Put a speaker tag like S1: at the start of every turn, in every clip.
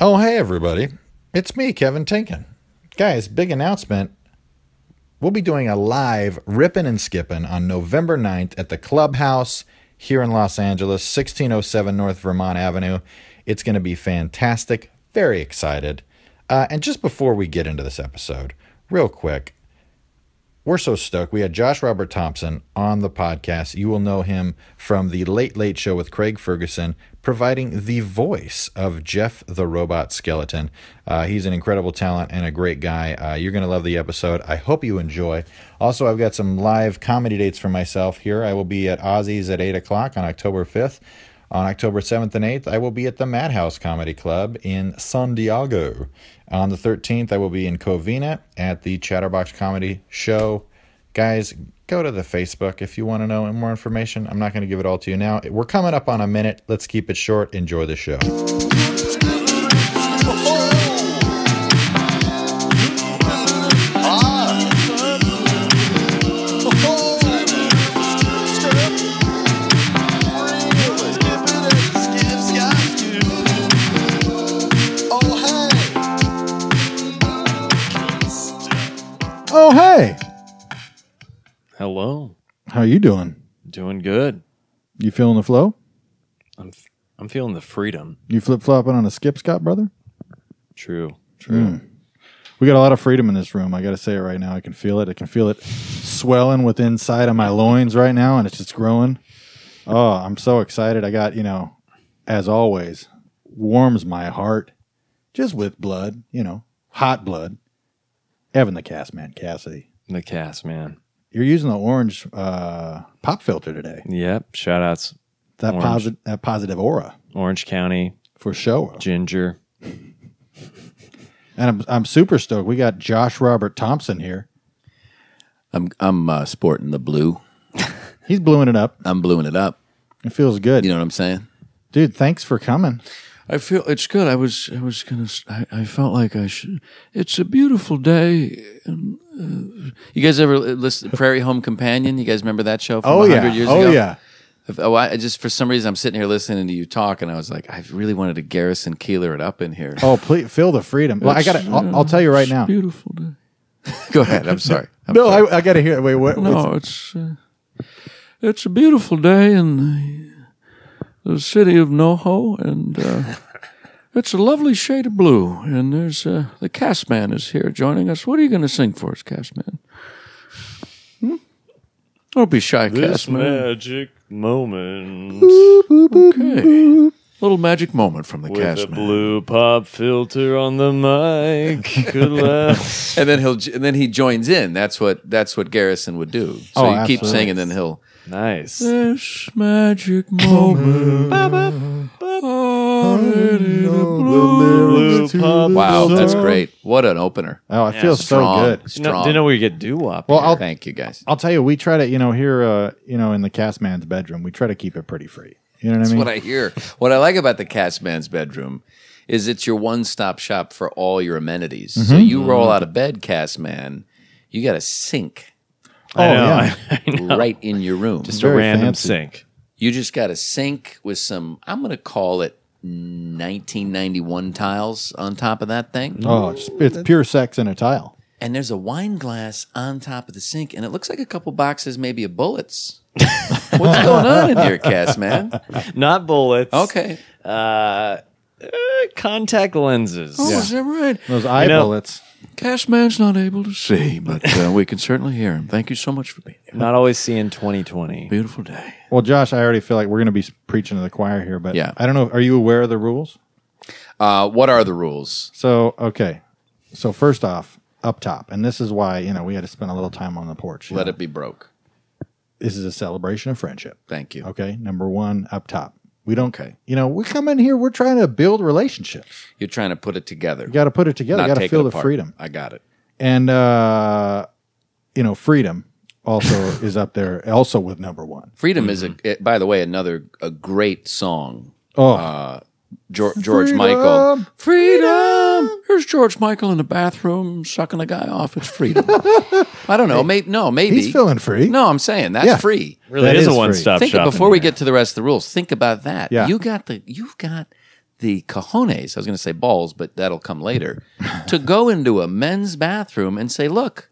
S1: Oh, hey, everybody. It's me, Kevin Tinkin. Guys, big announcement. We'll be doing a live rippin' and skippin' on November 9th at the Clubhouse here in Los Angeles, 1607 North Vermont Avenue. It's going to be fantastic. Very excited. Uh, and just before we get into this episode, real quick, we're so stoked. We had Josh Robert Thompson on the podcast. You will know him from the Late Late Show with Craig Ferguson, providing the voice of Jeff the Robot Skeleton. Uh, he's an incredible talent and a great guy. Uh, you're going to love the episode. I hope you enjoy. Also, I've got some live comedy dates for myself here. I will be at Ozzy's at 8 o'clock on October 5th. On October 7th and 8th, I will be at the Madhouse Comedy Club in San Diego. On the 13th, I will be in Covina at the Chatterbox Comedy Show. Guys, go to the Facebook if you want to know more information. I'm not going to give it all to you now. We're coming up on a minute. Let's keep it short. Enjoy the show. Oh, hey.
S2: Hello.
S1: How you doing?
S2: Doing good.
S1: You feeling the flow?
S2: I'm f- I'm feeling the freedom.
S1: You flip flopping on a skip, Scott, brother?
S2: True. True.
S1: Hmm. We got a lot of freedom in this room. I got to say it right now. I can feel it. I can feel it swelling with inside of my loins right now, and it's just growing. Oh, I'm so excited. I got, you know, as always, warms my heart just with blood, you know, hot blood. Evan the cast man, Cassidy.
S2: The cast, man.
S1: You're using the orange uh, pop filter today.
S2: Yep. Shout outs.
S1: That,
S2: Orange.
S1: posi- that positive aura
S2: Orange County,
S1: for sure.
S2: Ginger.
S1: And I'm, I'm super stoked. We got Josh Robert Thompson here.
S3: I'm I'm uh, sporting the blue.
S1: He's bluing it up.
S3: I'm blueing it up.
S1: It feels good.
S3: You know what I'm saying?
S1: Dude, thanks for coming.
S3: I feel it's good. I was I was gonna. s- I, I felt like I should. It's a beautiful day. And, uh, you guys ever listen to Prairie Home Companion? You guys remember that show? From
S1: Oh,
S3: 100
S1: yeah.
S3: Years
S1: oh,
S3: ago?
S1: yeah.
S3: If- Oh, I I just for some reason I'm sitting here listening to you talk, and I was like, I really wanted to Garrison Keeler it up in here.
S1: Oh, please feel the freedom. Well, I got. to I'll, I'll tell you right now.
S3: Beautiful day. Go ahead. I'm sorry. I'm
S1: No,
S3: sorry.
S1: I, I got to hear. it. Wait, what? what's-
S3: No, it's uh, it's a beautiful day in the, the city of NoHo, and uh, it's a lovely shade of blue. And there's uh, the cast man is here joining us. What are you going to sing for us, cast man? Hmm? Don't be shy, cast man.
S2: magic moment
S3: Okay. Little magic moment from the cast man.
S2: blue pop filter on the mic could last.
S3: And then he'll j- and then he joins in. That's what that's what Garrison would do. So
S1: Oh,
S3: you keep
S1: absolutely.
S3: singing, then he'll
S2: Nice.
S3: This magic moment.
S2: Blue pop.
S3: Wow, that's
S1: So-
S3: great. What an opener.
S1: Oh, it feels
S3: Strong.
S1: so good.
S2: You know,
S3: Strong.
S2: didn't know we get doo wop.
S1: Well, I'll
S3: Thank you guys.
S1: I'll tell you. We try to, you know, here, uh, you know, in the cast man's bedroom, we try to keep it pretty free. You know what I
S3: That's
S1: mean?
S3: what I hear. What I like about the cast man's bedroom is it's your one stop shop for all your amenities. So
S1: Mm-hmm.
S3: you roll out of bed, cast man, you got a sink
S1: oh
S2: know.
S1: yeah.
S3: right in your room.
S2: Just a
S1: Very
S2: random
S1: fancy.
S2: sync.
S3: you just got a sink with some, I'm going to call it 1991 tiles on top of that thing.
S1: Oh, it's, it's pure sex in a tile.
S3: and there's a wine glass on top of the sink, and it looks like a couple boxes, maybe of bullets. What's going on in here, Cass man?
S2: Not bullets.
S3: Okay.
S2: Uh, uh, contact lenses.
S3: Oh, is that right?
S1: Those eye
S2: know-
S1: bullets.
S3: Cass man's not able to see, but uh, we can certainly hear him. Thank you so much for being here.
S2: Not always seeing 2020.
S3: Beautiful day.
S1: Well, Josh, I already feel like we're going to be preaching to the choir here, but
S3: Yeah.
S1: I don't know. Are you aware of the rules?
S3: Uh, what are the rules?
S1: So okay, so first off, up top, and this is why you know we had to spend a little time on the porch. you
S3: Let
S1: know.
S3: it be broke.
S1: This is a celebration of friendship.
S3: Thank you.
S1: Okay, number one, up top. We don't.
S3: Okay.
S1: You know, we come in here. We're trying to build relationships.
S3: You're trying to put it together.
S1: You got to put it together.
S3: Not
S1: got to
S3: take
S1: feel
S3: it
S1: the
S3: apart.
S1: freedom,
S3: I got it.
S1: and uh, you know, freedom also is up there, also with number one.
S3: Freedom is a, it- by the way, another a great song.
S1: Oh,
S3: Geor- George
S1: Freedom!
S3: Michael. Freedom. Here's George Michael in the bathroom sucking a guy off. It's freedom. I don't know. Maybe no. Maybe
S1: he's feeling free.
S3: No, I'm saying that's
S1: Yeah.
S3: free.
S2: Really
S1: That
S2: is,
S1: is
S2: a
S1: free.
S2: one stop
S3: Think
S2: shop.
S3: before
S2: in
S3: we
S2: here.
S3: get to the rest of the rules. Think about that.
S1: Yeah.
S3: You got the you've got the cojones, I was going to say balls, but that'll come later, to go into a men's bathroom and say, look,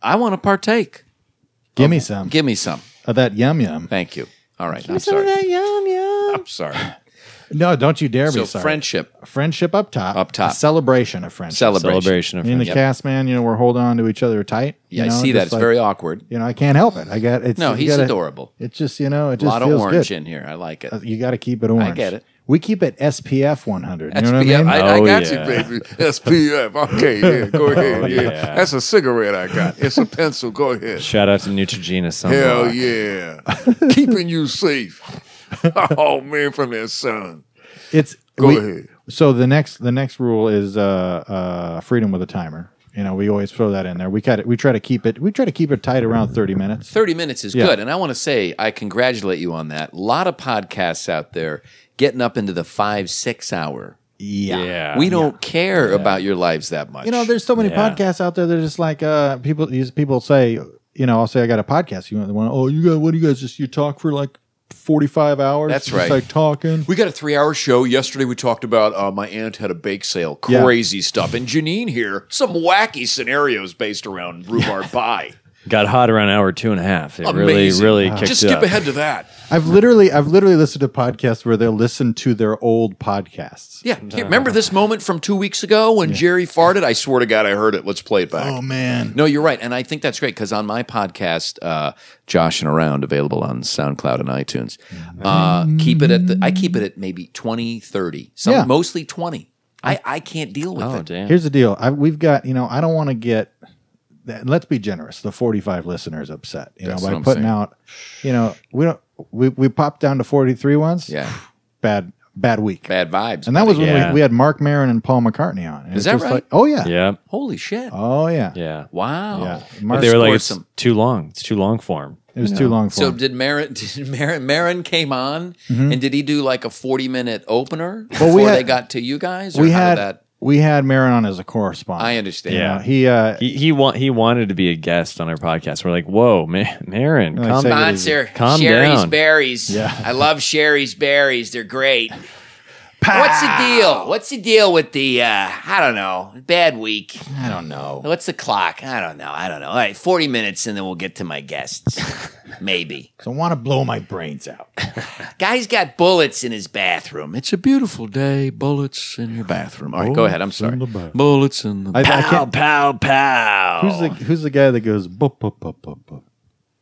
S3: I want to partake.
S1: Give me some
S3: Give me some.
S1: of that yum yum.
S3: Thank you. All right. I'm sorry.
S1: yum yum.
S3: I'm sorry.
S1: No, don't you dare
S3: So
S1: be sorry.
S3: friendship,
S1: friendship up top.
S3: Up top.
S1: A celebration of friendship.
S3: celebration.
S2: Celebration of
S1: Me and the
S2: friendship.
S1: cast man, you know, we're holding on to each other tight.
S3: Yeah,
S1: you know,
S3: I see that.
S1: just
S3: It's
S1: like-
S3: very awkward.
S1: You know, I can't help it. I got it's.
S3: No,
S1: you
S3: he's
S1: gotta-
S3: adorable.
S1: It's just you know, it
S3: A
S1: just
S3: lot of
S1: feels
S3: orange
S1: good.
S3: in here. I like it.
S1: You got to keep it orange.
S3: get it.
S1: We keep it SPF 100. You know what I
S3: SPF.
S1: mean?
S3: I-
S2: I Oh,
S4: got
S2: got you, yeah. Oh,
S4: you, baby. SPF. Okay, yeah, go ahead. yeah.
S2: yeah.
S4: that's a cigarette I got. It's a pencil. Go ahead.
S2: Shout out to Neutrogena sunblock.
S4: Hell yeah, keeping you safe. oh man, from that sun.
S1: it's
S4: Go
S1: we-
S4: ahead.
S1: So the next the next rule is uh, uh, freedom with a timer. You know, we always throw that in there. We cut it. We try to keep it. We try to keep it tight around 30 minutes.
S3: 30 minutes is good. And I want to say, I congratulate you on that. A lot of podcasts out there getting up into the five, six hour.
S1: Yeah.
S2: Yeah.
S3: we don't care about your lives that much.
S1: You know, there's so many
S2: Yeah.
S1: podcasts out there. They're just like uh, people. These people say, you know, I'll say I got a podcast. You know, the one, oh, you got what do you guys just you talk for like 45 hours?
S3: That's
S1: Just,
S3: right.
S1: Like talking.
S3: we got a three hour show. Yesterday we talked about uh, my aunt had a bake sale.
S1: Yeah.
S3: Crazy stuff. And Janine here, some wacky scenarios based around rhubarb pie.
S2: Got hot around hour two and a half. It
S3: Amazing.
S2: really, really kicked
S3: Just
S2: it
S3: skip
S2: up.
S3: ahead to that.
S1: I've literally I've literally listened to podcasts where they'll listen to their old podcasts.
S3: Yeah. Hey, Remember this moment from two weeks ago when Jerry farted? I swear to God, I heard it. Let's play it back.
S1: Oh man.
S3: No, you're right. And I think that's great because on my podcast, uh, Josh and Around, available on SoundCloud and iTunes,
S1: Mm-hmm.
S3: uh, keep it at the, I keep it at maybe 20, 30, some,
S1: Yeah.
S3: mostly 20. I, I can't deal with
S2: Oh,
S3: it.
S2: damn.
S1: Here's the deal. I, we've got, you know, I don't want to get that, let's be generous, the 45 listeners upset, you
S3: That's
S1: know,
S3: what
S1: by
S3: I'm
S1: putting
S3: saying.
S1: out, you know, we don't we we popped down to 43 once.
S3: Yeah.
S1: Bad bad week.
S3: Bad vibes.
S1: And that was when
S2: Yeah.
S1: we, we had Mark Maron and Paul McCartney on. And it's
S3: Is that
S1: just
S3: right?
S1: like- oh yeah.
S2: Yeah.
S3: Holy shit.
S1: Oh yeah.
S2: Yeah.
S3: Wow.
S1: Yeah.
S2: But
S1: Mark,
S2: they were like,
S3: Scorsem.
S2: it's too long. It's too long for him.
S1: it was too long for
S3: So
S1: him. Mm-hmm.
S3: did Marin? Did Marin? Marin came on, and did he do like a forty-minute opener
S1: Well, we
S3: before
S1: had-
S3: they got to you guys? Or
S1: we
S3: how did
S1: had
S3: that.
S1: we had Maron on as a correspondent.
S3: I understand.
S1: You know,
S2: Yeah.
S1: he uh
S2: He he, wa- he wanted to be a guest on our podcast. We're like, whoa, Ma- Marin,
S1: I
S2: calm
S1: said-
S2: down.
S1: Sponsor,
S2: Calm Sherry's down.
S3: Berries.
S1: Yeah.
S3: I love Sherry's Berries. They're great. What's the deal? What's the deal with the, uh, I don't know, bad week?
S1: I don't know.
S3: What's the clock? I don't know. I don't know. All right, 40 minutes and then we'll get to my guests. Maybe.
S1: So I want to blow my brains out.
S3: Guy's got bullets in his bathroom. It's
S5: It's a beautiful day. Bullets in your bathroom.
S3: from, all right, go ahead. I'm sorry.
S5: Bullets in the.
S1: I, I can't,
S2: pow, pow.
S1: who's the who's the guy that goes bup, bup, bup, bup, bup?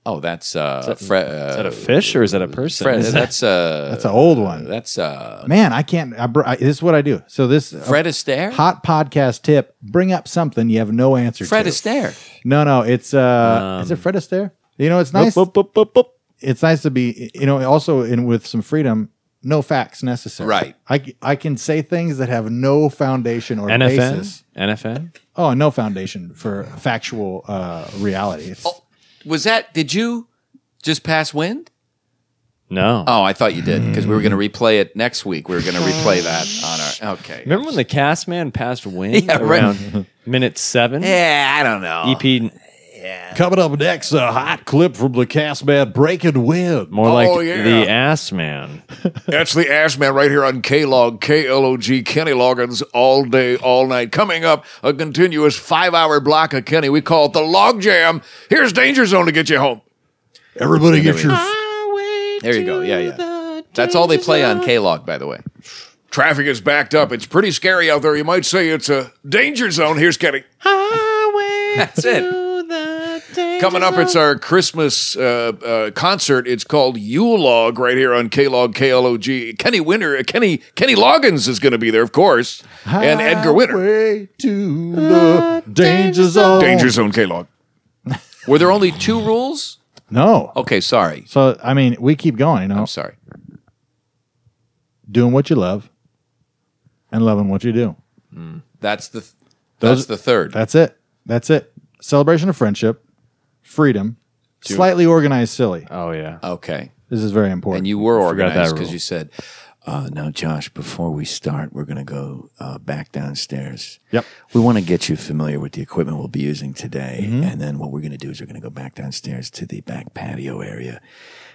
S3: Oh, that's, uh, Fre- uh,
S2: Is that a fish or is that a person?
S3: Fred,
S2: Is that-
S3: that's, uh,
S1: That's an old one.
S3: that's, uh,
S1: Man, I can't. I, br- I, this is what I do. So this uh,
S3: Fred Astaire?
S1: hot podcast tip: bring up something you have no answer
S3: Fred
S1: to.
S3: Astaire.
S1: No, no, it's uh,
S2: Um,
S3: Um,
S1: is it Fred Astaire? You know, it's nice.
S2: Boop, boop, boop, boop.
S1: It's nice to be, you know, also in with some freedom. No facts necessary.
S3: Right.
S1: I, c- I can say things that have no foundation or
S2: NFN?
S1: basis.
S2: NFN?
S1: Oh, no foundation for factual uh, reality. It's,
S3: Oh, Was that, did you just pass wind?
S2: No.
S3: Oh, I thought you did because we were going to replay it next week. We were going to replay that on our. Okay.
S2: Remember when the cast man passed wind
S3: Yeah, right.
S2: around minute seven? E
S3: Yeah, I don't know.
S2: EP,
S1: Coming up next, a hot clip from the cast man breaking wind.
S2: more
S4: Oh,
S2: like
S4: yeah.
S2: the ass man.
S4: That's the Ashman right here on K-Log, K-L-O-G, Kenny Loggins, all day, all night. Coming up, a continuous five-hour block of Kenny. We call it the Log Jam. Here's Danger Zone to get you home.
S1: Everybody get your
S3: There you go. Yeah, yeah. That's all they play on K Log, by the way.
S4: Traffic is backed up. It's pretty scary out there. You might say it's a danger zone. Here's Kenny.
S3: That's it.
S4: Coming up, it's our Christmas uh, uh, concert. It's called Yule Log right here on K-Log, K-L-O-G. Kenny Winter, uh, Kenny, Kenny Loggins is going to be there, of course. And Edgar Winter.
S1: Way to the danger zone.
S4: Danger zone, K-Log.
S3: Oh, Were there only two rules?
S1: No.
S3: Okay, sorry.
S1: So I mean, we keep going. You know,
S3: I'm sorry.
S1: doing what you love, and loving what you do.
S2: Mm.
S3: That's the.
S1: Those-
S3: That's the third.
S1: That's it. That's it. Celebration of friendship, freedom, slightly organized, silly.
S2: Oh, yeah.
S3: Okay.
S1: This is very important.
S3: And you were
S2: Forgot that
S3: organized because
S2: rule.
S3: you said, uh, now, Josh, before we start, we're going to go uh, back downstairs.
S1: Yep.
S3: We want to get you familiar with the equipment we'll be
S1: Mm-hmm.
S3: using today. And then what we're going to do is we're going to go back downstairs to the back patio area.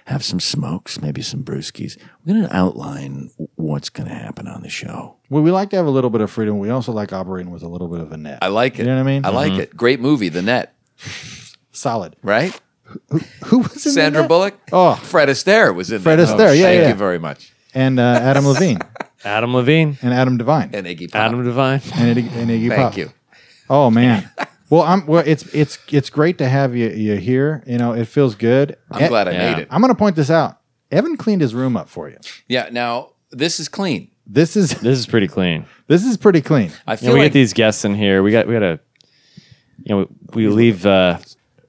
S3: have some smokes, maybe some brewskis. We're going to outline what's going to happen on the show.
S1: Well, we like to have a little bit of freedom. We also like operating with a little bit of a net.
S3: I like it.
S1: You know what I mean? Mm-hmm.
S3: I like it. Great movie, The Net,
S1: Solid.
S3: right?
S1: Who was in The
S3: Sandra
S1: Net?
S3: Bullock.
S1: Oh.
S3: Fred Astaire was in.
S1: Fred
S3: that.
S1: Astaire, yeah,
S3: Thank
S1: yeah.
S3: you very much.
S1: and uh, Adam Levine
S2: Adam Levine.
S1: and Adam Devine and,
S3: And Iggy Pop.
S2: Adam Devine.
S1: Iggy, and Iggy
S3: Thank
S1: Pop.
S3: you.
S1: Oh man. Well, I'm. Well, it's it's it's great to have you you here. You know, it feels good.
S3: I'm glad I
S2: Yeah.
S3: made it.
S1: I'm going to point this out. Evan cleaned his room up for you.
S3: Yeah. Now this is clean.
S1: This is
S2: This is pretty clean.
S1: this is pretty clean.
S3: I
S2: You
S3: feel
S2: know, we
S3: like
S2: get these guests in here. We got we got to, you know, we, we leave. Uh,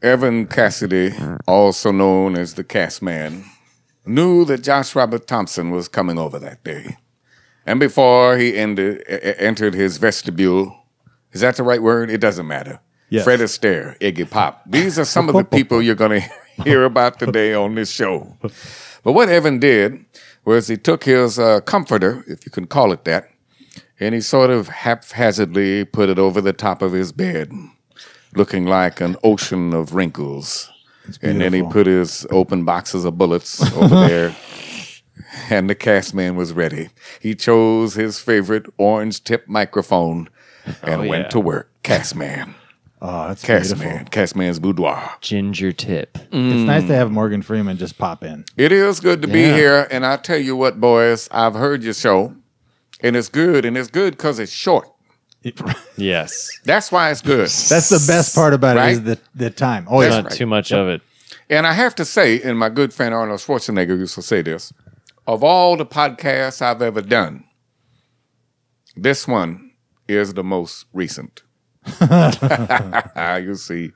S6: Evan Cassidy, also known as the Cast Man, knew that Josh Robert Thompson was coming over that day. And before he ended, e- e- entered his vestibule, is that the right word? It doesn't matter.
S1: Yes.
S6: Fred Astaire, Iggy Pop. These are some of the people you're going to hear about today on this show. But what Evan did was he took his uh, comforter, if you can call it that, and he sort of haphazardly put it over the top of his bed, looking like an ocean of wrinkles. And then he
S1: beautiful.
S6: put his open boxes of bullets over there, and the cast man was ready. He chose his favorite orange tip microphone and went
S2: Oh, yeah.
S6: to work. Cast man,
S1: Oh, that's
S6: cast
S1: beautiful.
S6: man, cast man's boudoir.
S2: ginger tip.
S1: It's nice to
S3: Mm.
S1: have Morgan Freeman just pop in.
S6: It is good to be here, and I tell you what, boys, I've heard your show, and it's good, and it's good because it's short.
S2: Yes.
S6: That's why it's good.
S1: That's the best part about it is
S6: Right?
S1: the the time. Oh yeah.
S2: Not too much of it.
S6: And I have to say, and my good friend Arnold Schwarzenegger used to say this of all the podcasts I've ever done, this one is the most recent. you see,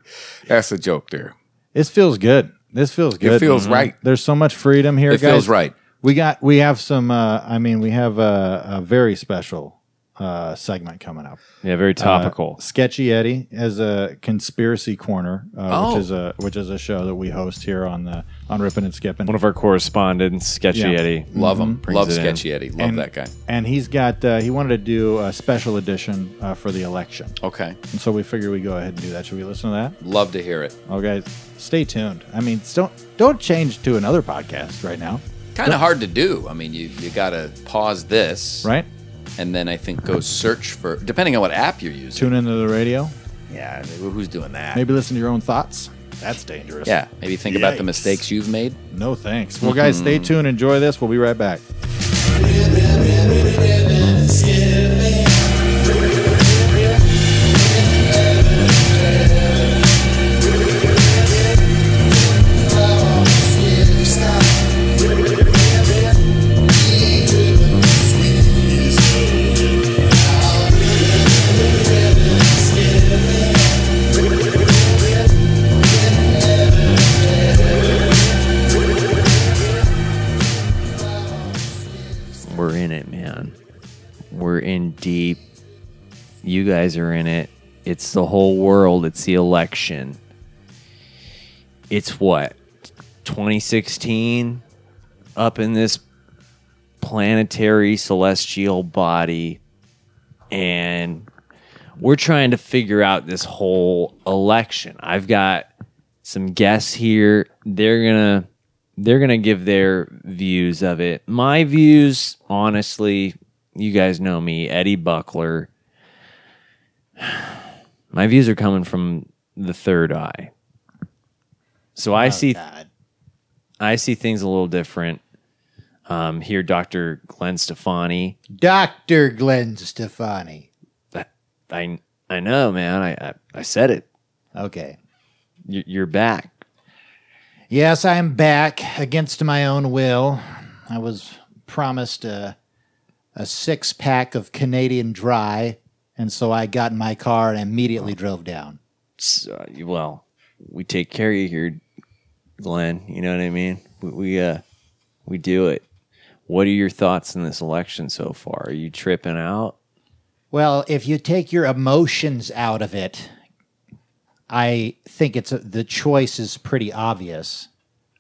S6: that's a joke there.
S1: This feels good. This feels good.
S6: feels
S2: Mm-hmm.
S6: right.
S1: There's so much freedom here.
S3: It
S1: guys.
S3: feels right.
S1: We got we have some. Uh, I mean, we have a, a very special uh, segment coming up. Uh,
S2: Yeah, very topical.
S1: Sketchy Eddie has a conspiracy corner, uh,
S3: Oh.
S1: which is a which is a show that we host here on the on Rippin' and Skippin'.
S2: One of our correspondents, Sketchy
S1: Yeah.
S2: Eddie.
S1: Mm-hmm.
S3: love him.
S2: Brings
S3: Love
S2: it in.
S3: Sketchy Eddie. Love that guy.
S1: And he's got uh, he wanted to do a special edition uh, for the election,
S3: Okay.
S1: and so we figure we go ahead and do that. Should we listen to that?
S3: Love to hear it.
S1: Okay, stay tuned. I mean, s- don't don't change to another podcast right now,
S3: Kind of hard to do. I mean, you you got to pause this,
S1: right?
S3: And then I think go search for depending on what app you're using.
S1: Tune into the radio.
S3: Yeah, who- who's doing that?
S1: Maybe listen to your own thoughts. That's dangerous.
S3: Yeah, maybe think about the
S1: Yikes.
S3: mistakes you've made.
S1: No thanks. Well,
S3: Mm-hmm.
S1: guys, stay tuned. Enjoy this. We'll be right back.
S2: We're in it, man. We're in deep. You guys are in it. It's the whole world. It's the election. It's what? 2016 up in this planetary celestial body and we're trying to figure out this whole election. I've got some guests here. They're going to they're going to give their views of it. My views, honestly, you guys know me, Eddie Buckler. My views are coming from the third eye. So I see I see things a little different. Um, here, Dr. Glenn Stefani.
S7: Dr. Glenn Stefani.
S2: I I know, man. I I, I said it.
S7: Okay.
S2: You, you're back.
S7: Yes, I am back against my own will. I was promised a, a six pack of Canadian dry, and so I got in my car and immediately drove down.
S2: S- uh, well, we take care of you here, Glenn. You know what I mean? We, we uh we do it. What are your thoughts on this election so far? Are you tripping out?
S7: Well, if you take your emotions out of it, I think it's a, the choice is pretty obvious.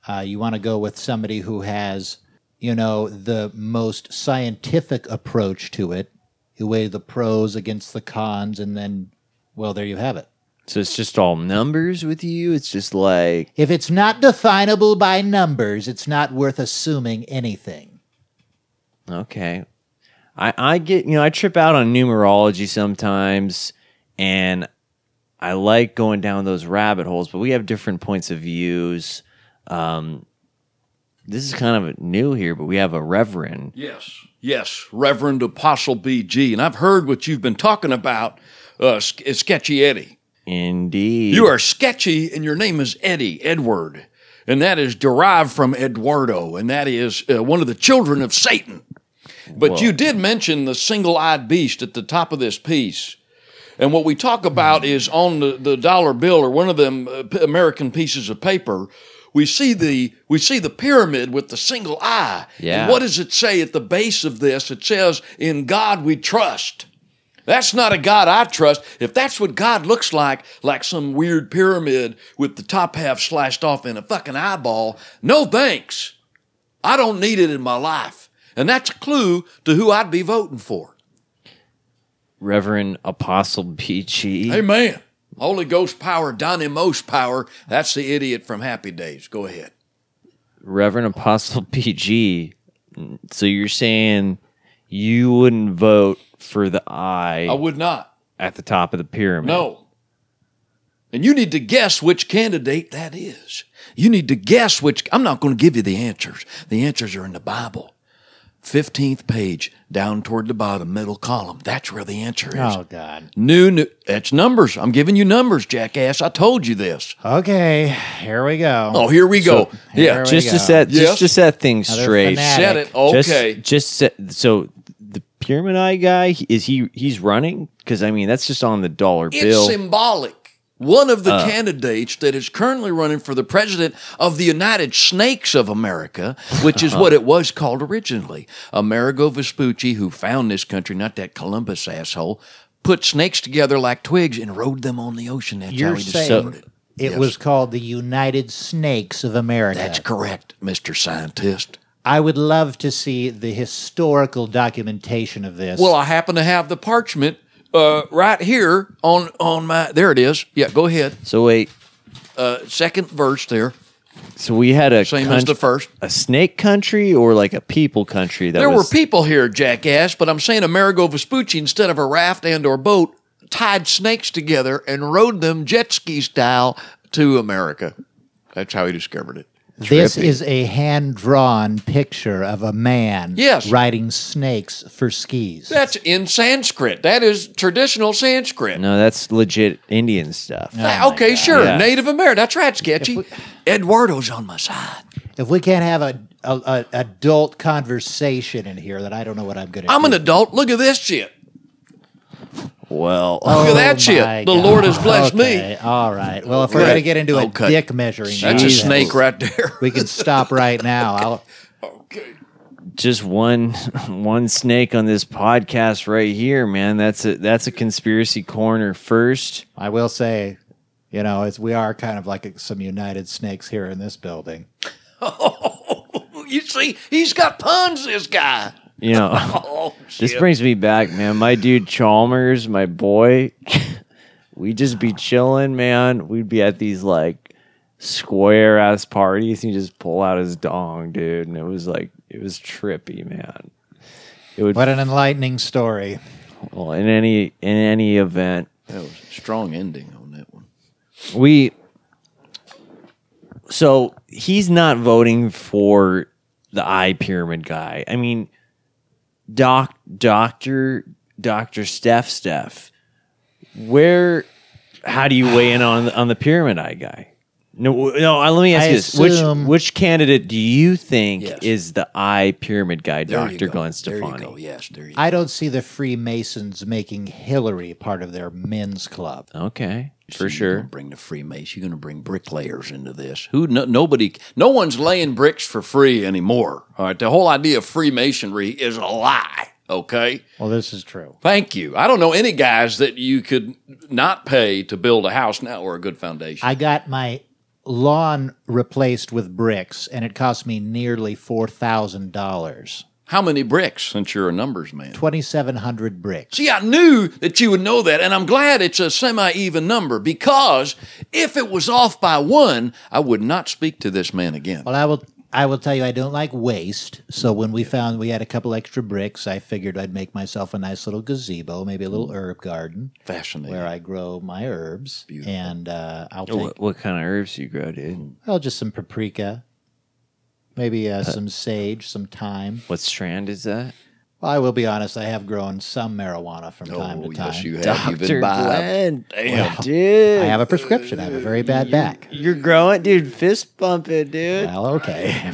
S7: Uh, you want to go with somebody who has, you know, the most scientific approach to it. You weigh the pros against the cons, and then, well, there you have it.
S2: So it's just all numbers with you. It's just like
S7: If it's not definable by numbers, it's not worth assuming anything.
S2: Okay. I, I get, you know, I trip out on numerology sometimes and I like going down those rabbit holes, but we have different points of views. Um, this is kind of new here, but we have a reverend.
S4: Yes, yes, Reverend Apostle BG. And I've heard what you've been talking about, uh, Sk- uh, Sketchy Eddie.
S2: Indeed.
S4: You are sketchy, and your name is Eddie, Edward. And that is derived from Eduardo, and that is uh, one of the children of Satan. But you did mention the single eyed beast at the top of this piece. And what we talk about is on the, the dollar bill or one of them uh, p- American pieces of paper, we see the we see the pyramid with the single eye.
S2: Yeah.
S4: And what does it say at the base of this? It says, "In God we trust." That's not a God I trust. If that's what God looks like, like some weird pyramid with the top half slashed off in a fucking eyeball, no thanks. I don't need it in my life. And that's a clue to who I'd be voting for.
S2: Reverend Apostle PG.
S4: Amen. Holy Ghost power, Dynamos power. That's the idiot from Happy Days. Go ahead.
S2: Reverend Apostle PG. So you're saying you wouldn't vote for the eye
S4: I would not.
S2: at the top of the pyramid?
S4: No. And you need to guess which candidate that is. You need to guess which. I'm not going to give you the answers. The answers are in the Bible. 15th page down toward the bottom, middle column. That's where the answer is.
S7: Oh, God.
S4: New, new. That's numbers. I'm giving you numbers, jackass. I told you this.
S7: Okay, here we go.
S4: Oh, here we go. yeah.
S7: There we
S2: just to
S7: go.
S2: set
S4: Yes.
S2: just to set things
S7: Another
S2: straight.
S7: fanatic.
S4: Said it. Okay.
S2: Just, just set, so the pyramid eye guy he- is he he's running because I mean that's just on the dollar
S4: It's
S2: bill. Uh.
S4: symbolic. One of the candidates that is currently running for the president of the United Snakes of America, which
S2: Uh-huh.
S4: is what it was called originally. Amerigo Vespucci, who found this country, not that Columbus asshole, put snakes together like twigs and rode them on the ocean. That's how
S7: You're
S4: he
S7: saying
S4: discovered
S7: it
S4: it.
S7: was called the United Snakes of America.
S4: That's correct, Mr. Scientist.
S7: I would love to see the historical documentation of this.
S4: Well, I happen to have the parchment uh, right here on on my. There it is. Yeah, go ahead.
S2: so wait,
S4: Uh, second verse there,
S2: so we had a
S4: same as
S2: country-
S4: the first.
S2: a snake country or like a people country that
S4: There
S2: was
S4: were people here, jackass, but I'm saying Amerigo Vespucci, instead of a raft and or boat, tied snakes together and rode them jet ski style to America. That's how he discovered it.
S7: this is a hand drawn picture of a man
S4: Yes.
S7: riding snakes for skis.
S4: That's in Sanskrit. That is traditional Sanskrit.
S2: no, that's legit Indian stuff.
S4: That- okay, sure.
S2: Oh Yeah.
S4: Native American. That's right, Sketchy. Eduardo's on my side.
S7: If we can't have a, a, a adult conversation in here, then I don't know what I'm going to
S4: I'm
S7: do.
S4: an adult. Look at this shit.
S2: Well,
S4: Look
S7: Oh
S4: at that shit.
S7: my
S4: The Lord has
S7: God.
S4: blessed me.
S7: Okay, All right. Well, if we're
S4: Right.
S7: going to get into
S4: Okay.
S7: a dick measuring,
S4: That's a
S7: contest,
S4: snake right there.
S7: We can stop right now. I'll,
S2: just one one snake on this podcast right here, man. That's a that's a conspiracy corner first.
S7: I will say, you know, it's, we are kind of like some United Snakes here in this building.
S4: you see, he's got puns, this guy.
S2: You know.
S4: Oh,
S2: This
S4: shit.
S2: brings me back, man. My dude Chalmers, my boy, we'd just be chilling, man. We'd be at these like square ass parties and he'd just pull out his dong, dude. And it was like, it was trippy, man. It would,
S7: What an enlightening story.
S2: well, in any, in any event,
S4: That was a strong ending on that one.
S2: we, so he's not voting for the eye pyramid guy. I mean, doc, doctor, Dr. Steph, Steph, where, how do you weigh in on, on the pyramid eye guy? No, w- no. I- Let me ask
S7: I
S2: you this:
S7: assume-
S2: which which candidate do you think
S4: Yes.
S2: is the eye pyramid guy,
S4: There you
S2: Doctor
S4: go.
S2: Glenn
S4: There you
S2: Stefani?
S4: go. Yes, there you go.
S7: I don't see the Freemasons making Hillary part of their men's club.
S2: Okay,
S4: So
S2: for
S4: you're
S2: sure.
S4: gonna bring the Freemason. You're going to bring bricklayers into this. Who? No, nobody. No one's laying bricks for free anymore. All right. The whole idea of Freemasonry is a lie. Okay.
S7: Well, this is true.
S4: Thank you. I don't know any guys that you could not pay to build a house now or a good foundation.
S7: I got my lawn replaced with bricks, and it cost me nearly four thousand dollars.
S4: How many bricks? Since you're a numbers man.
S7: 2,700 bricks.
S4: See, I knew that you would know that, and I'm glad it's a semi even number because if it was off by one, I would not speak to this man again.
S7: Well, I will. I will tell you, I don't like waste. So when we found we had a couple extra bricks, I figured I'd make myself a nice little gazebo, maybe a little herb garden
S4: Fascinating.
S7: where I grow my herbs. And uh, I'll take
S2: What, what kind of herbs you grow, dude?
S7: well, just some paprika, maybe uh, some sage, some thyme.
S2: What strand is that?
S7: Well, I will be honest, I have grown some marijuana from time
S4: oh,
S7: to time.
S4: yes, you have. You've been by.
S2: Glenn, damn, dude,
S7: I have a prescription. I have a very bad back.
S2: you're growing, dude. Fist bumping, dude.
S7: Well, okay.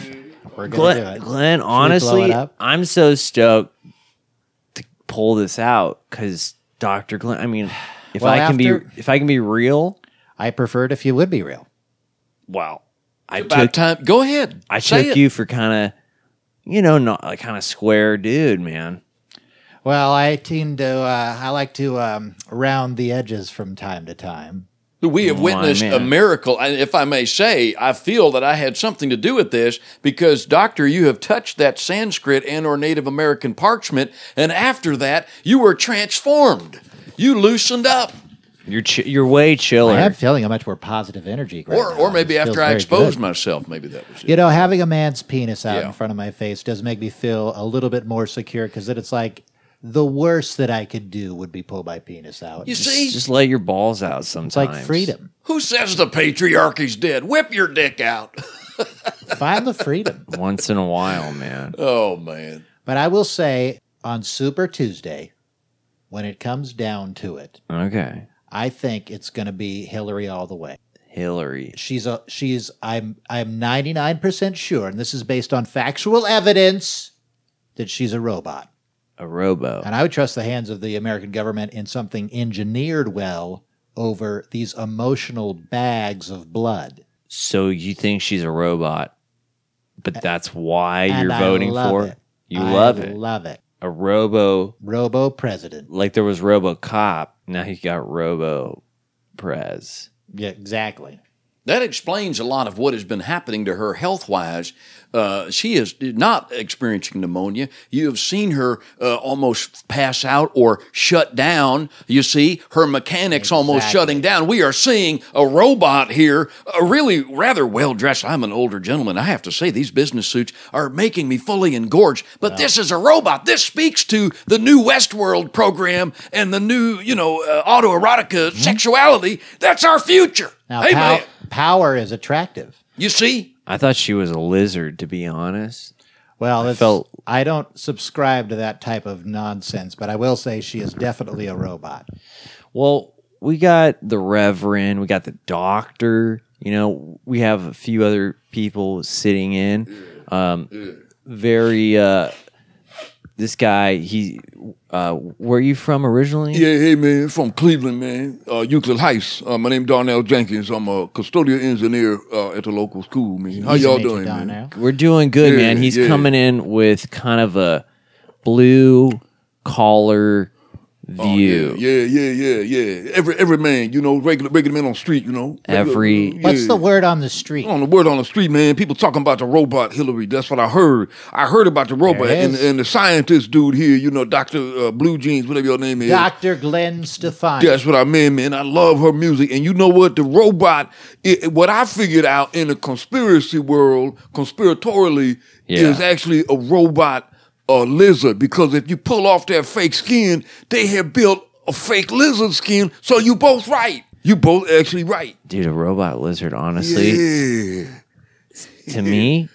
S7: We're going to do
S2: Glenn,
S7: it.
S2: Glenn
S7: blow it
S2: honestly,
S7: up?
S2: I'm so stoked to pull this out because Doctor Glenn. I mean, if
S7: Well,
S2: I can
S7: after-
S2: be, if I can be real,
S7: I preferred if you would be real.
S2: wow. I took,
S4: About time. Go ahead.
S2: I
S4: Say
S2: took
S4: it.
S2: you for kind of, you know, not like kind of square dude, man.
S7: Well, I tend to, uh, I like to um, round the edges from time to time.
S4: We have witnessed
S2: man.
S4: a miracle, and if I may say, I feel that I had something to do with this because, Doctor, you have touched that Sanskrit and/or Native American parchment, and after that, you were transformed. You loosened up,
S2: You're ch- you're way chiller.
S7: I am feeling a much more positive energy. Right
S4: or
S7: now.
S4: or maybe
S7: It feels
S4: after I
S7: very
S4: exposed
S7: good.
S4: myself, maybe that was it.
S7: You know, having a man's penis out
S4: Yeah.
S7: in front of my face does make me feel a little bit more secure because then it's like the worst that I could do would be pull my penis out.
S4: You
S7: it's
S4: see,
S2: just let your balls out sometimes.
S7: like freedom.
S4: who says the patriarchy's dead? Whip your dick out.
S7: Find the freedom.
S2: Once in a while, man.
S4: Oh man,
S7: But I will say on Super Tuesday, when it comes down to it,
S2: Okay.
S7: I think it's going to be Hillary all the way.
S2: Hillary.
S7: she's a she's i'm i'm 99% sure and this is based on factual evidence that she's a robot
S2: A robo.
S7: and i would trust the hands of the american government in something engineered well over these emotional bags of blood
S2: So you think she's a robot, but that's why
S7: and
S2: you're
S7: I
S2: voting
S7: love
S2: for
S7: it.
S2: You
S7: I
S2: love it.
S7: love it
S2: a robo,
S7: robo president
S2: like there was Robo Cop. Now you got Robo Prez.
S7: yeah exactly
S4: that explains a lot of what has been happening to her health wise. Uh, she is not experiencing pneumonia. You have seen her uh, almost pass out or shut down. You see, her mechanics almost
S7: Exactly.
S4: shutting down. We are seeing a robot here, a really rather well dressed. I'm an older gentleman. I have to say, these business suits are making me fully engorged. But this is a robot. This speaks to the new Westworld program and the new, you know, uh, autoerotica sexuality. That's our future.
S7: Mm-hmm. now
S4: hey,
S7: pow-
S4: man.
S7: power is attractive
S4: You see?
S2: I thought she was a lizard, to be honest.
S7: well, I,
S2: felt-
S7: I don't subscribe to that type of nonsense, but I will say she is definitely a robot.
S2: Well, we got the Reverend, we got the Doctor. You know, we have a few other people sitting in. Um, very. Uh, this guy, he. Uh, where are you from originally?
S8: Yeah, hey man, from Cleveland, man, uh, Euclid Heights. Uh, my name Darnell Jenkins. I'm a custodial engineer uh, at the local school, man. How
S7: He's a
S8: y'all
S7: major
S8: doing,
S7: down
S8: man?
S7: there.
S2: We're doing good,
S8: Yeah,
S2: man. He's
S8: yeah.
S2: coming in with kind of a blue collar
S8: Oh,
S2: view.
S8: Yeah, yeah, yeah, yeah. Every every man, you know, regular regular men on the street, you know. Regular-
S2: Every-
S8: yeah.
S7: What's the word on the street?
S8: on the word on the street, man. People talking about the robot Hillary. That's what I heard. I heard about the robot
S7: it
S8: and,
S7: is.
S8: and the scientist dude here. You know, Doctor uh, Blue Jeans, whatever your name is.
S7: Dr. Glenn Stefani.
S8: That's what I mean, man. I love her music. And you know what? The robot, it, what I figured out in the conspiracy world, conspiratorially,
S2: Yeah.
S8: is actually a robot uh, lizard. Because if you pull off their fake skin, they have built a fake lizard skin. So you both right. You both actually right.
S2: Dude, a robot lizard, honestly,
S8: Yeah.
S2: to me,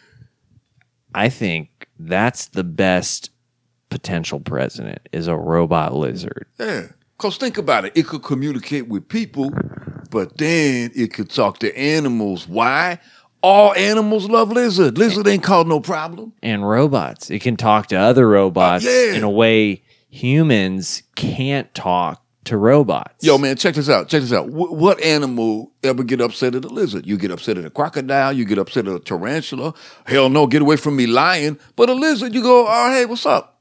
S2: I think that's the best potential president is a robot lizard.
S8: Yeah. Because think about it. It could communicate with people, but then it could talk to animals. Why? All animals love lizard. Lizard ain't called no problem.
S2: And robots, it can talk to other robots
S8: yeah.
S2: in a way humans can't talk to robots.
S8: Yo, man, check this out. Check this out. Wh- what animal ever get upset at a lizard? You get upset at a crocodile. You get upset at a tarantula. Hell no, get away from me, lion. But a lizard, you go, oh, hey, what's up?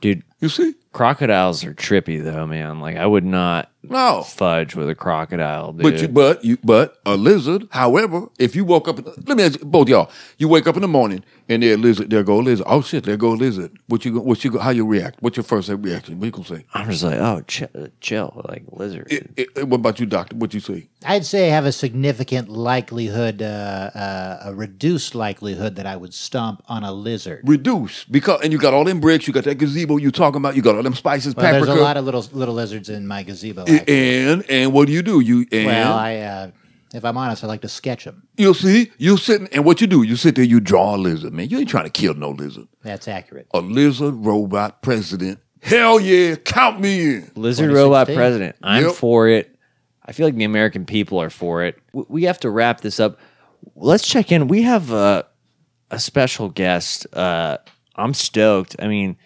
S2: Dude,
S8: You see?
S2: crocodiles are trippy though, man. Like I would not
S4: No.
S2: fudge with a crocodile, dude.
S4: But you, but you, but a lizard. However, if you woke up, let me ask you, both y'all. You wake up in the morning and there a lizard. There go a lizard. Oh shit, there go a lizard. What you go? What you go? How you react? What's your first reaction? What you gonna say?
S2: I'm just like, oh, chill, chill like lizard.
S4: Eh, eh, what about you, doctor? What you say?
S7: I'd say I have a significant likelihood, uh, uh, a reduced likelihood that I would stomp on a lizard.
S4: Reduce because and you got all them bricks. You got that gazebo you talking about. You got all them spices,
S7: Well, there's
S4: paprika.
S7: a lot of little little lizards in my gazebo.
S4: Eh,
S7: actually.
S4: and and what do you do? You and
S7: Well, I, uh, if I'm honest, I like to sketch them.
S4: you see you sitting and what you do? You sit there. You draw a lizard, man. You ain't trying to kill no lizard.
S7: That's accurate.
S4: A lizard robot president. Hell yeah, count me in.
S2: Lizard robot
S7: 2016.
S2: president. I'm
S4: Yep.
S2: for it. I feel like the American people are for it. W- We have to wrap this up. Let's check in. We have a, a special guest. Uh, I'm stoked. I mean,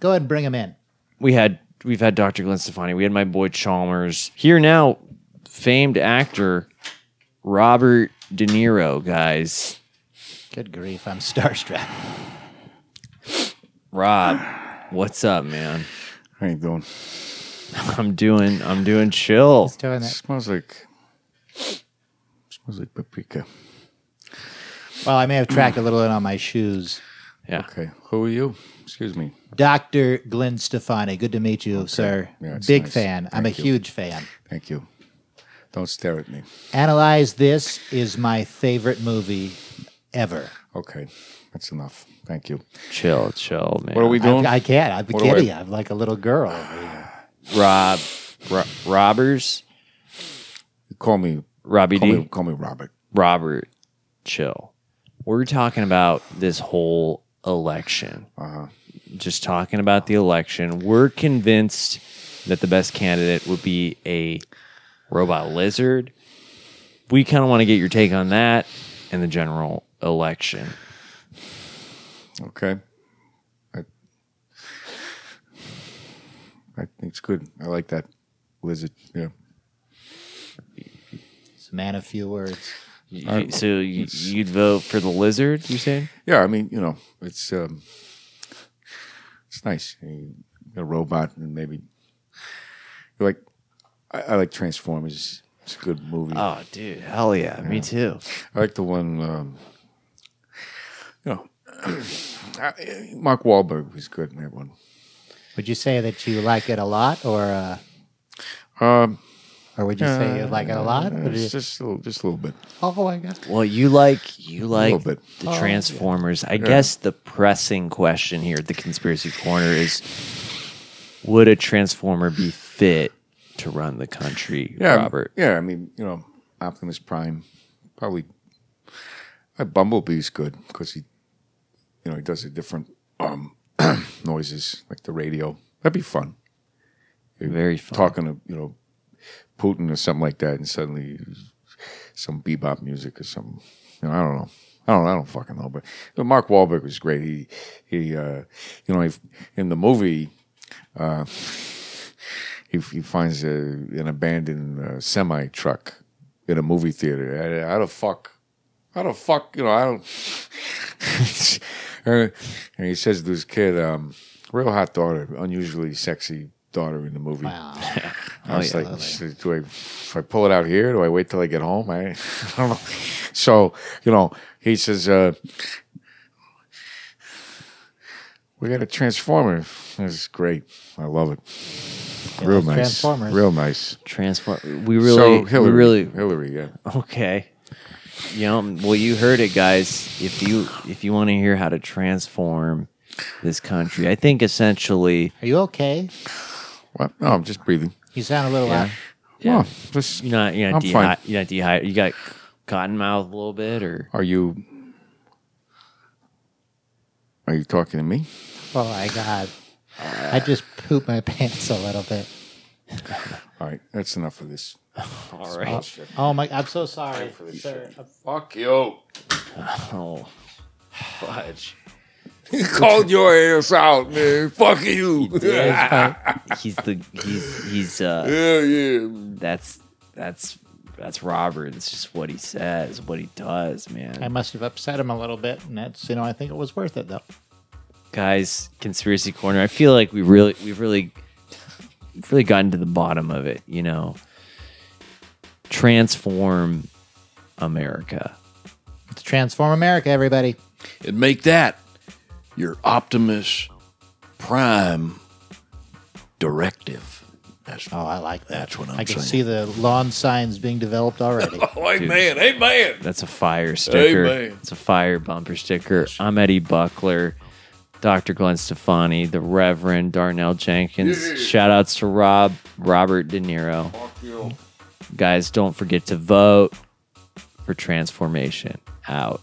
S7: Go ahead and bring them in.
S2: we had we've had Dr. Glenn Stefani. We had my boy Chalmers here now, famed actor Robert De Niro. Guys,
S7: Good grief, I'm starstruck.
S2: Rob, what's up, man?
S5: How you doing?
S2: I'm doing I'm doing chill.
S7: Doing that.
S5: Smells like smells like paprika.
S7: Well, I may have tracked a little in on my shoes.
S2: Yeah.
S5: Okay, who are you? Excuse me.
S7: Dr. Glenn Stefani, good to meet you, sir.
S5: Yeah, it's
S7: Big
S5: nice.
S7: fan. I'm a
S5: Thank you.
S7: huge fan.
S5: Thank you. Don't stare at me.
S7: Analyze This is my favorite movie ever.
S5: Okay, that's enough. Thank you.
S2: Chill, chill, man.
S5: What are we doing?
S7: I, I can't. I'm
S5: do I-
S7: giddy. I'm like a little girl.
S2: Rob, Ro- robbers,
S5: call me.
S2: Robbie
S5: Call me,
S2: D,
S5: call me Robert.
S2: Robert, chill. We're talking about this whole election.
S5: Uh-huh.
S2: Just talking about the election. We're convinced that the best candidate would be a robot lizard. We kind of want to get your take on that and the general election.
S5: Okay. I, I it's good. I like that lizard. Yeah.
S7: It's a man of few words.
S2: You-
S5: Uh,
S2: so you, you'd vote for the lizard? You said
S5: Yeah. I mean, you know, it's um, it's nice. I mean, a robot and maybe like I, I like Transformers. It's a good movie.
S2: Oh, dude, hell yeah, me too.
S5: I like the one. Um, you know, I- Mark Wahlberg was good in that one.
S7: Would you say that you like it a lot, or uh,
S5: Um,
S7: or would you say you like it a lot? Or do you-
S5: it's just a little, just a little bit.
S7: oh my god!
S2: Well, you like you like
S5: little bit.
S2: the
S7: Oh,
S2: Transformers. I guess the pressing question here at the conspiracy corner is: Would a Transformer be fit to run the country,
S5: Yeah, um,
S2: Robert?
S5: Yeah, I mean, you know, Optimus Prime, probably. Uh, Bumblebee's good because he, you know, he does the different um, noises like the radio. That'd be fun.
S2: Very fun.
S5: Talking to you know Putin or something like that, and suddenly some bebop music or something. You know, I don't know. I don't. I don't fucking know. But you know, Mark Wahlberg was great. He he, uh, you know, if, in the movie. uh, he, he finds a, an abandoned uh, semi truck in a movie theater. I- How the fuck? How the fuck? You know, I don't. and and he says to his kid, um, "Real hot daughter, unusually sexy daughter in the movie."
S2: Oh,
S5: I was like, "So do I, if I pull it out here? Do I wait till I get home? I, I don't know. So, you know, he says, uh, we got a transformer. It's great. I love it. Real
S7: those
S5: nice.
S7: Transformers.
S5: Real nice.
S2: Transform. We really,
S5: so Hillary,
S2: we really,
S5: Hillary, yeah.
S2: okay. You know, well, you heard it, guys. If you if you want to hear how to transform this country, I think essentially,
S7: Are you okay?
S5: What? No, I'm just breathing.
S7: You sound a little out.
S2: Yeah.
S5: Oh, just,
S2: you're not you're
S5: I'm
S2: not
S5: fine.
S2: dehydrated. You're not dehydrated. You got cotton mouth a little bit, or
S5: Are you? Are you talking to me?
S7: Oh my god! I just pooped my pants a little bit.
S5: All right, that's enough of this.
S2: all right.
S7: Oh my! I'm so sorry, sir.
S4: Fuck you.
S2: Oh, fudge.
S4: Called your ass out, man. Fuck you. yeah,
S2: he's the he's he's uh
S4: yeah.
S2: that's that's that's Robert. It's just what he says, what he does,
S7: I
S2: man.
S7: must have upset him a little bit, and that's you know I think it was worth it though.
S2: Guys, conspiracy corner. I feel like we really we've really really gotten to the bottom of it, you know. Transform America.
S7: Let's transform America, everybody.
S3: and make that your Optimus Prime directive. That's,
S7: Oh, I like that.
S3: that's what I'm
S7: I can
S3: saying.
S7: see the lawn signs being developed already.
S3: Oh, amen, amen.
S2: That's a fire sticker.
S3: Amen.
S2: It's a fire bumper sticker. I'm Eddie Buckler, Dr. Glenn Stefani, the Reverend Darnell Jenkins. Shout outs to Rob, Robert De Niro. Guys, don't forget to vote for Transformation. Out.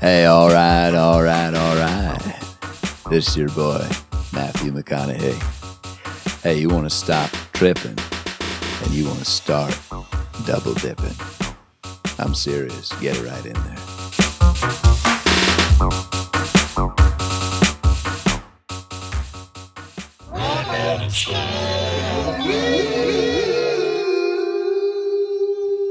S8: Hey, all right, all right, all right. This is your boy, Matthew McConaughey. Hey, you want to stop tripping and you want to start double dipping. I'm serious. Get it right in there.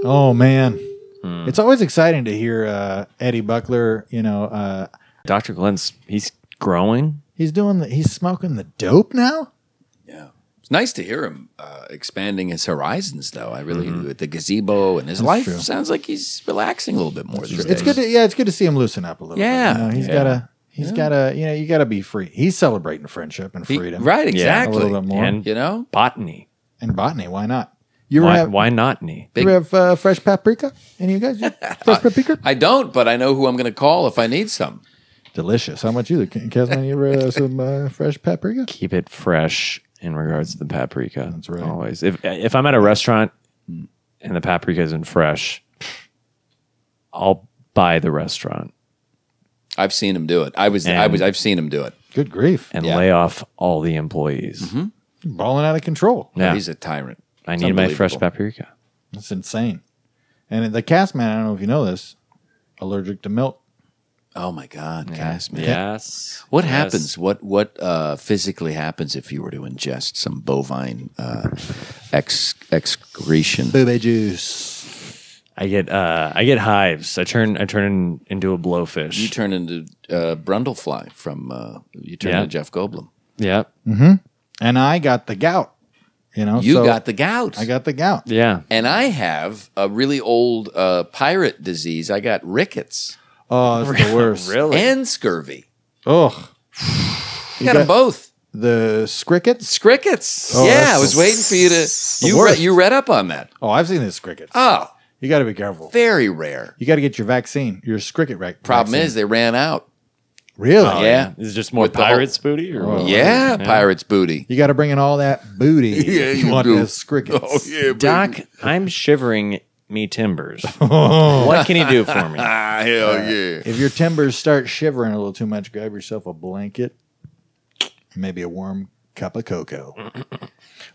S1: Oh man,
S3: Hmm.
S1: it's always exciting to hear uh, Eddie Buckler. You know, uh,
S2: Dr. Glenn's, he's growing.
S1: he's doing. The, he's smoking the dope now.
S3: It's nice to hear him uh, expanding his horizons, though. I really with the gazebo and his life
S1: Mm-hmm. true.
S3: sounds like he's relaxing a little bit more. These
S1: It's
S3: days.
S1: good. To, yeah, it's good to see him loosen up a little.
S3: Yeah.
S1: bit. You know, he's gotta. He's gotta. You know, you gotta be free. He's celebrating friendship and
S3: He-
S1: freedom.
S3: right?
S1: A
S3: Exactly.
S1: little bit more. And,
S2: And
S3: you know,
S2: botany.
S1: botany. Why not? You ever
S2: Why,
S1: have?
S2: why not me?
S1: you ever have uh, fresh paprika? Any of you guys? Fresh paprika.
S3: I don't, but I know who I'm going to call if I need some.
S1: Delicious. How much you, Kesman? You ever uh, some uh, fresh paprika?
S2: Keep it fresh in regards to the paprika. That's
S1: right.
S2: Always. If, if I'm at a restaurant and the paprika isn't fresh, I'll buy the restaurant.
S3: I've seen him do it. I was, I
S2: And-
S3: was, I've seen him do it.
S1: Good grief!
S2: and
S3: Yeah. Mm-hmm.
S2: lay off all the employees.
S1: Balling out of control.
S2: Yeah.
S3: He's a tyrant.
S2: I
S3: It's
S2: need my fresh
S3: unbelievable.
S2: paprika.
S1: That's insane. And the cast man, I don't know if you know this, allergic to milk.
S3: Oh my God, Cass, man.
S2: Yes.
S3: What
S2: Yes.
S3: happens? What what uh, physically happens if you were to ingest some bovine uh, ex- excretion?
S1: Booby juice.
S2: I get uh I get hives. I turn I turn in, into a blowfish.
S3: You turn into uh, Brundlefly from uh, you turn
S2: Yeah.
S3: into Jeff Goldblum.
S2: yep.
S1: Mm-hmm. And I got the gout. You know,
S3: You
S1: so
S3: got the gout.
S1: I got the gout.
S2: Yeah.
S3: and I have a really old uh, pirate disease. I got rickets
S1: Oh, it's the worst.
S2: Really?
S3: and scurvy.
S1: Ugh.
S3: I got, them both.
S1: The scrickets.
S3: Crickets.
S1: Oh,
S3: yeah,
S1: that's
S3: I was
S1: the-
S3: waiting for you to. You
S1: worst.
S3: re- you read up on that.
S1: Oh, I've seen these crickets.
S3: Oh,
S1: You got to be careful.
S3: very rare.
S1: You got to get your vaccine, your scricket vac-
S3: Problem
S1: vaccine.
S3: is they ran out.
S1: really?
S3: Oh, yeah.
S2: Is it just more
S3: With the
S2: pirates booty or what?
S3: Yeah, pirates booty.
S1: You got to bring in all that booty. yeah, you,
S4: you
S1: want
S4: do.
S1: those crickets.
S4: Oh yeah,
S2: Doc, I'm shivering me timbers. what can he do for me? Uh,
S4: ah, hell yeah.
S1: Uh, If your timbers start shivering a little too much, grab yourself a blanket, maybe a warm cup of cocoa.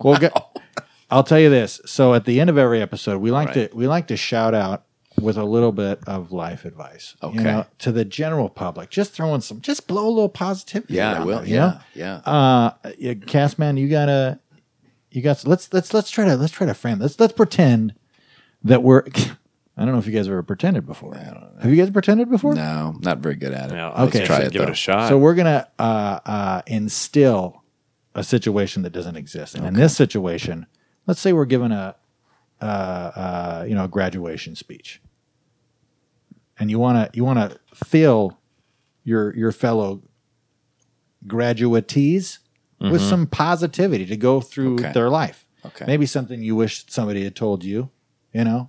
S1: well, gu- I'll tell you this. So at the end of every episode, we like to we like to shout out with a little bit of life advice, you
S3: Okay.
S1: know, to the general public. Just throwing some, just blow a little positivity.
S3: Yeah, I
S1: around
S3: will.
S1: there, you
S3: Yeah,
S1: know?
S3: yeah.
S1: Uh, yeah, Castman, you gotta, you got. Let's let's let's try to let's try to frame. Let's let's pretend that we're. I don't know if you guys have ever pretended before. Have you guys pretended before?
S3: No, not very good at it.
S2: No,
S1: Okay.
S2: Uh, let's try
S3: Try
S2: it,
S3: it,
S2: give it
S3: though.
S2: a shot.
S1: So we're gonna uh, uh, instill a situation that doesn't exist, and in this situation, let's say we're given a uh, uh, you know a graduation speech, and you wanna you wanna fill your your fellow graduatees with
S7: Mm-hmm.
S2: Mm-hmm.
S1: some positivity to go through
S3: Okay.
S1: their life.
S3: Okay.
S1: maybe something you wish somebody had told you, you know.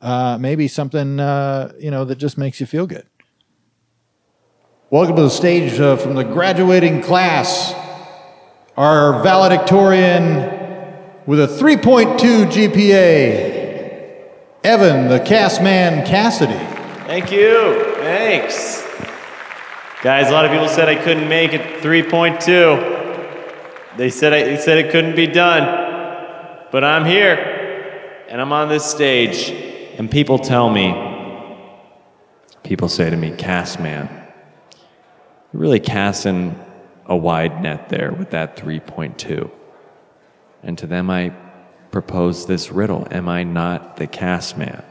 S1: Uh, maybe something uh, you know that just makes you feel good. Welcome to the stage uh, from the graduating class, our valedictorian with a 3.2 GPA, Evan, the cast man Cassidy.
S9: Thank you. Thanks. Guys, a lot of people said I couldn't make it 3.2. They said I, they said it couldn't be done. But I'm here. And
S2: and I'm on this stage, and people tell me, people say to me, cast man, you're really casting a wide net there with that 3.2. And to them, I propose this riddle Am I not the cast man?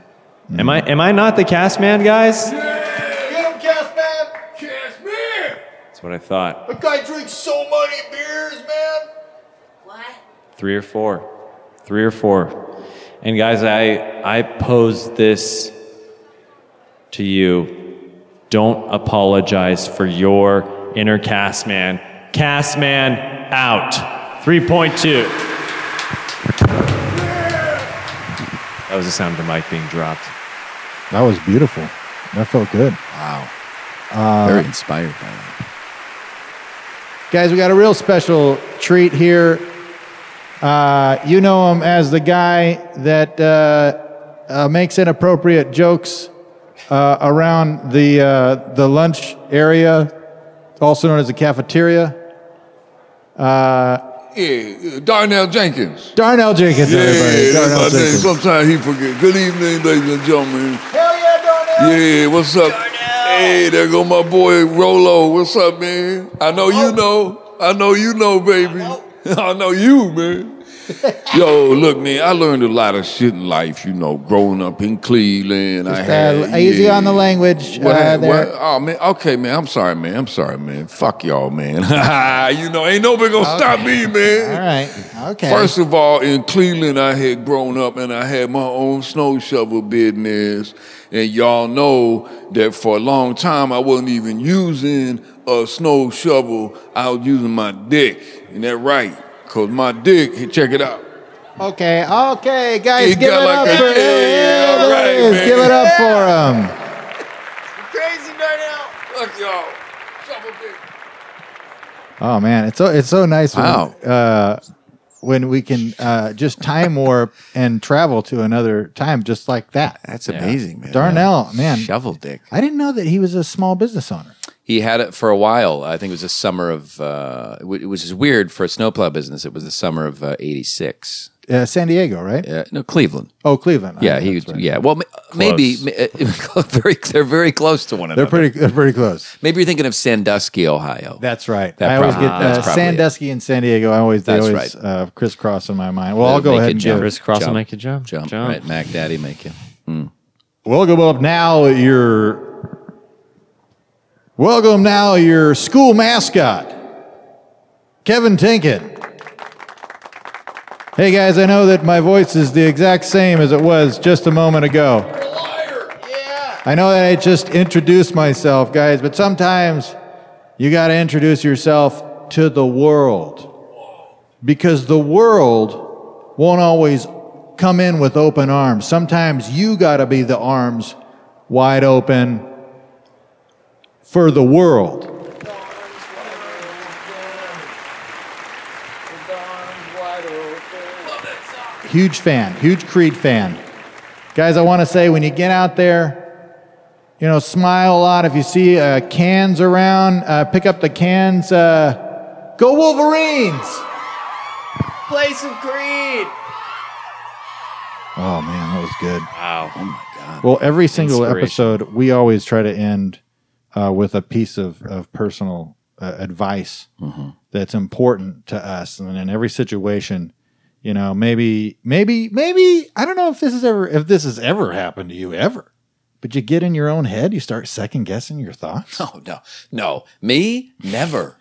S2: Am, I, am I not the cast man, guys?
S10: Get him, Cast Man! Cast Man!
S2: That's what I thought.
S10: That guy drinks so many beers, man!
S11: What?
S2: three or four three or four and guys i i pose this to you don't apologize for your inner cast man cast man out 3.2 that was the sound of the mic being dropped
S12: That was beautiful. That felt good. Uh,
S5: Wow.
S8: Uh,
S5: Very inspired by that.
S1: Guys, we got a real special treat here. Uh, you know him as the guy that uh, uh, makes inappropriate jokes uh, around the uh, the lunch area, also known as the cafeteria. Uh,
S8: Yeah, Darnell Jenkins.
S1: Darnell Jenkins, everybody. Darnell
S8: that's my name.
S1: Jenkins.
S8: Sometimes he forget. Good evening, ladies and gentlemen. Yeah, what's up? Hey, there go my boy Rolo. What's up, man? I know you know. I know you know, baby. I know, you, man. Yo, look, man, I learned a lot of shit in life, you know, growing up in Cleveland. I had,
S1: Uh, easy
S8: yeah.
S1: on the language.
S8: What,
S1: uh,
S8: hap-
S1: there.
S8: what- oh man, okay, man. I'm sorry, man. I'm sorry, man. Fuck y'all, man. you know, ain't nobody gonna stop me, man.
S1: All right. Okay.
S8: First of all, in Cleveland, I had grown up and I had my own snow shovel business. And y'all know that for a long time, I wasn't even using a snow shovel. I was using my dick. And that right. Cause my dick, hey, check it out.
S1: Okay. Okay, guys,
S8: It
S1: give it
S8: got
S1: up
S8: like a-
S1: for
S8: Yeah,
S1: yeah,
S8: all
S1: there
S8: right,
S1: it is.
S8: man.
S1: Give it up for him.
S10: Crazy Darnell!
S8: Fuck y'all. Shovel dick.
S1: Oh man, it's so it's so nice when
S5: Wow.
S1: uh, when we can uh, just time warp and travel to another time just like that.
S5: That's amazing, man.
S1: Darnell, man.
S3: Shovel dick.
S1: I didn't know that he was a small business owner.
S3: He had it for a while. I think it was the summer of, uh, wh- which is weird for a snowplow business. It was the summer of uh, '86.
S1: Uh, San Diego, right?
S3: Uh, no, Cleveland.
S1: Oh, Cleveland.
S3: Yeah,
S1: Oh,
S3: he.
S1: that's right.
S3: Yeah, well, ma- maybe ma- uh, very. They're very close to one
S1: They're
S3: another.
S1: pretty. They're pretty close.
S3: Maybe you're thinking of Sandusky, Ohio.
S1: That's right.
S3: That
S1: I always
S3: probably-
S1: get uh,
S3: that's probably it.
S1: Sandusky and San Diego. I always they
S3: That's
S1: always
S3: right.
S1: uh, crisscross in my mind. Well,
S3: They'll
S1: I'll go
S3: make
S1: ahead
S3: it
S1: and
S3: jump.
S1: give
S3: Chris
S2: crisscross
S3: Jump.
S2: and make a jump
S3: jump,
S2: jump
S3: right? Mac Daddy make it.
S1: Welcome up now your Welcome now your school mascot, Kevin Tinkin. Hey guys, I know that my voice is the exact same as it was just a moment ago. I know that I just introduced myself, guys, but sometimes you got to introduce yourself to the world because the world won't always come in with open arms. Sometimes you got to be the arms wide open for the world. Huge fan, huge Creed fan. Guys, I want to say when you get out there, you know, smile a lot. If you see uh, cans around, uh, pick up the cans. Uh, go Wolverines!
S2: play some creed
S1: Oh man, that was good.
S7: wow
S1: Well, every single
S7: Inspiration.
S1: episode, we always try to end uh, with a piece of of personal uh, advice
S3: Mm-hmm.
S1: that's important to us, and in every situation, you know, maybe, maybe, maybe I don't know if this is ever if this has ever happened to you ever, but you get in your own head, you start second guessing your thoughts.
S3: Oh no, no, me never.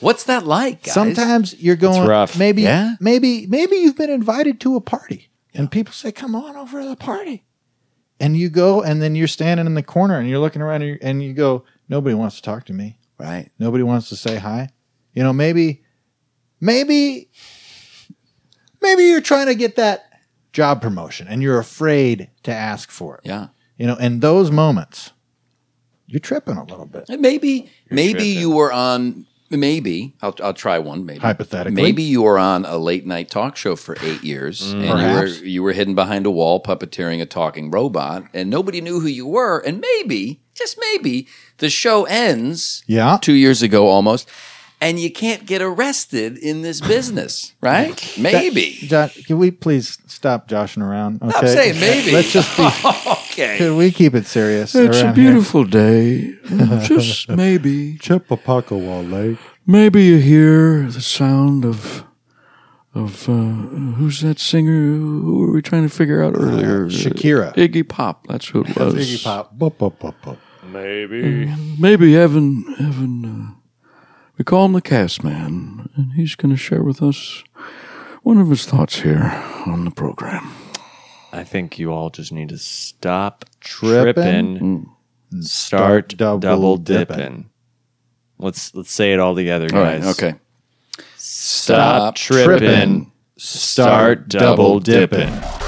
S3: What's that like? Guys?
S1: Sometimes you're going
S7: rough.
S1: maybe
S3: Yeah.
S1: maybe maybe you've been invited to a party and people say come on over to the party. And you go and then you're standing in the corner and you're looking around and, you and you go nobody wants to talk to me.
S3: right?
S1: Nobody wants to say hi. You know, maybe maybe maybe you're trying to get that job promotion and you're afraid to ask for it.
S3: Yeah.
S1: You know, in those moments you're tripping a little bit.
S3: And Maybe, maybe you were on. Maybe I'll I'll try one. Maybe
S1: Hypothetically.
S3: Maybe you were on a late night talk show for eight years,
S2: Mm.
S3: and
S1: Perhaps.
S3: you were you were hidden behind a wall puppeteering a talking robot, and nobody knew who you were. And maybe, just maybe, the show ends.
S1: Yeah.
S3: two years ago almost, and you can't get arrested in this business, right? Maybe.
S1: Josh, can we please stop joshing around? Okay?
S3: I'm saying maybe.
S1: Let's just be.
S3: okay.
S1: Can we keep it serious?
S13: It's a
S1: around here?
S13: beautiful day. and Just maybe,
S1: Chippewa
S13: maybe you hear the sound of of uh, who's that singer? Who were we trying to figure out earlier?
S1: Uh, Shakira.
S13: Uh, Iggy Pop. That's who it was. Uh,
S1: Iggy Pop. Bup, bup, bup, bup.
S13: Mm-hmm. Maybe Evan. Evan. Uh, we call him the Cast Man, and he's going to share with us one of his thoughts here on the program.
S2: I think you all just need to stop
S1: Trippin'.
S2: tripping, start
S1: double
S2: double,
S1: dippin'.
S2: dipping. Let's let's say it all together,
S3: All right.
S2: guys.
S3: Okay.
S2: Stop,
S3: trippin',
S2: tripping, start double dipping.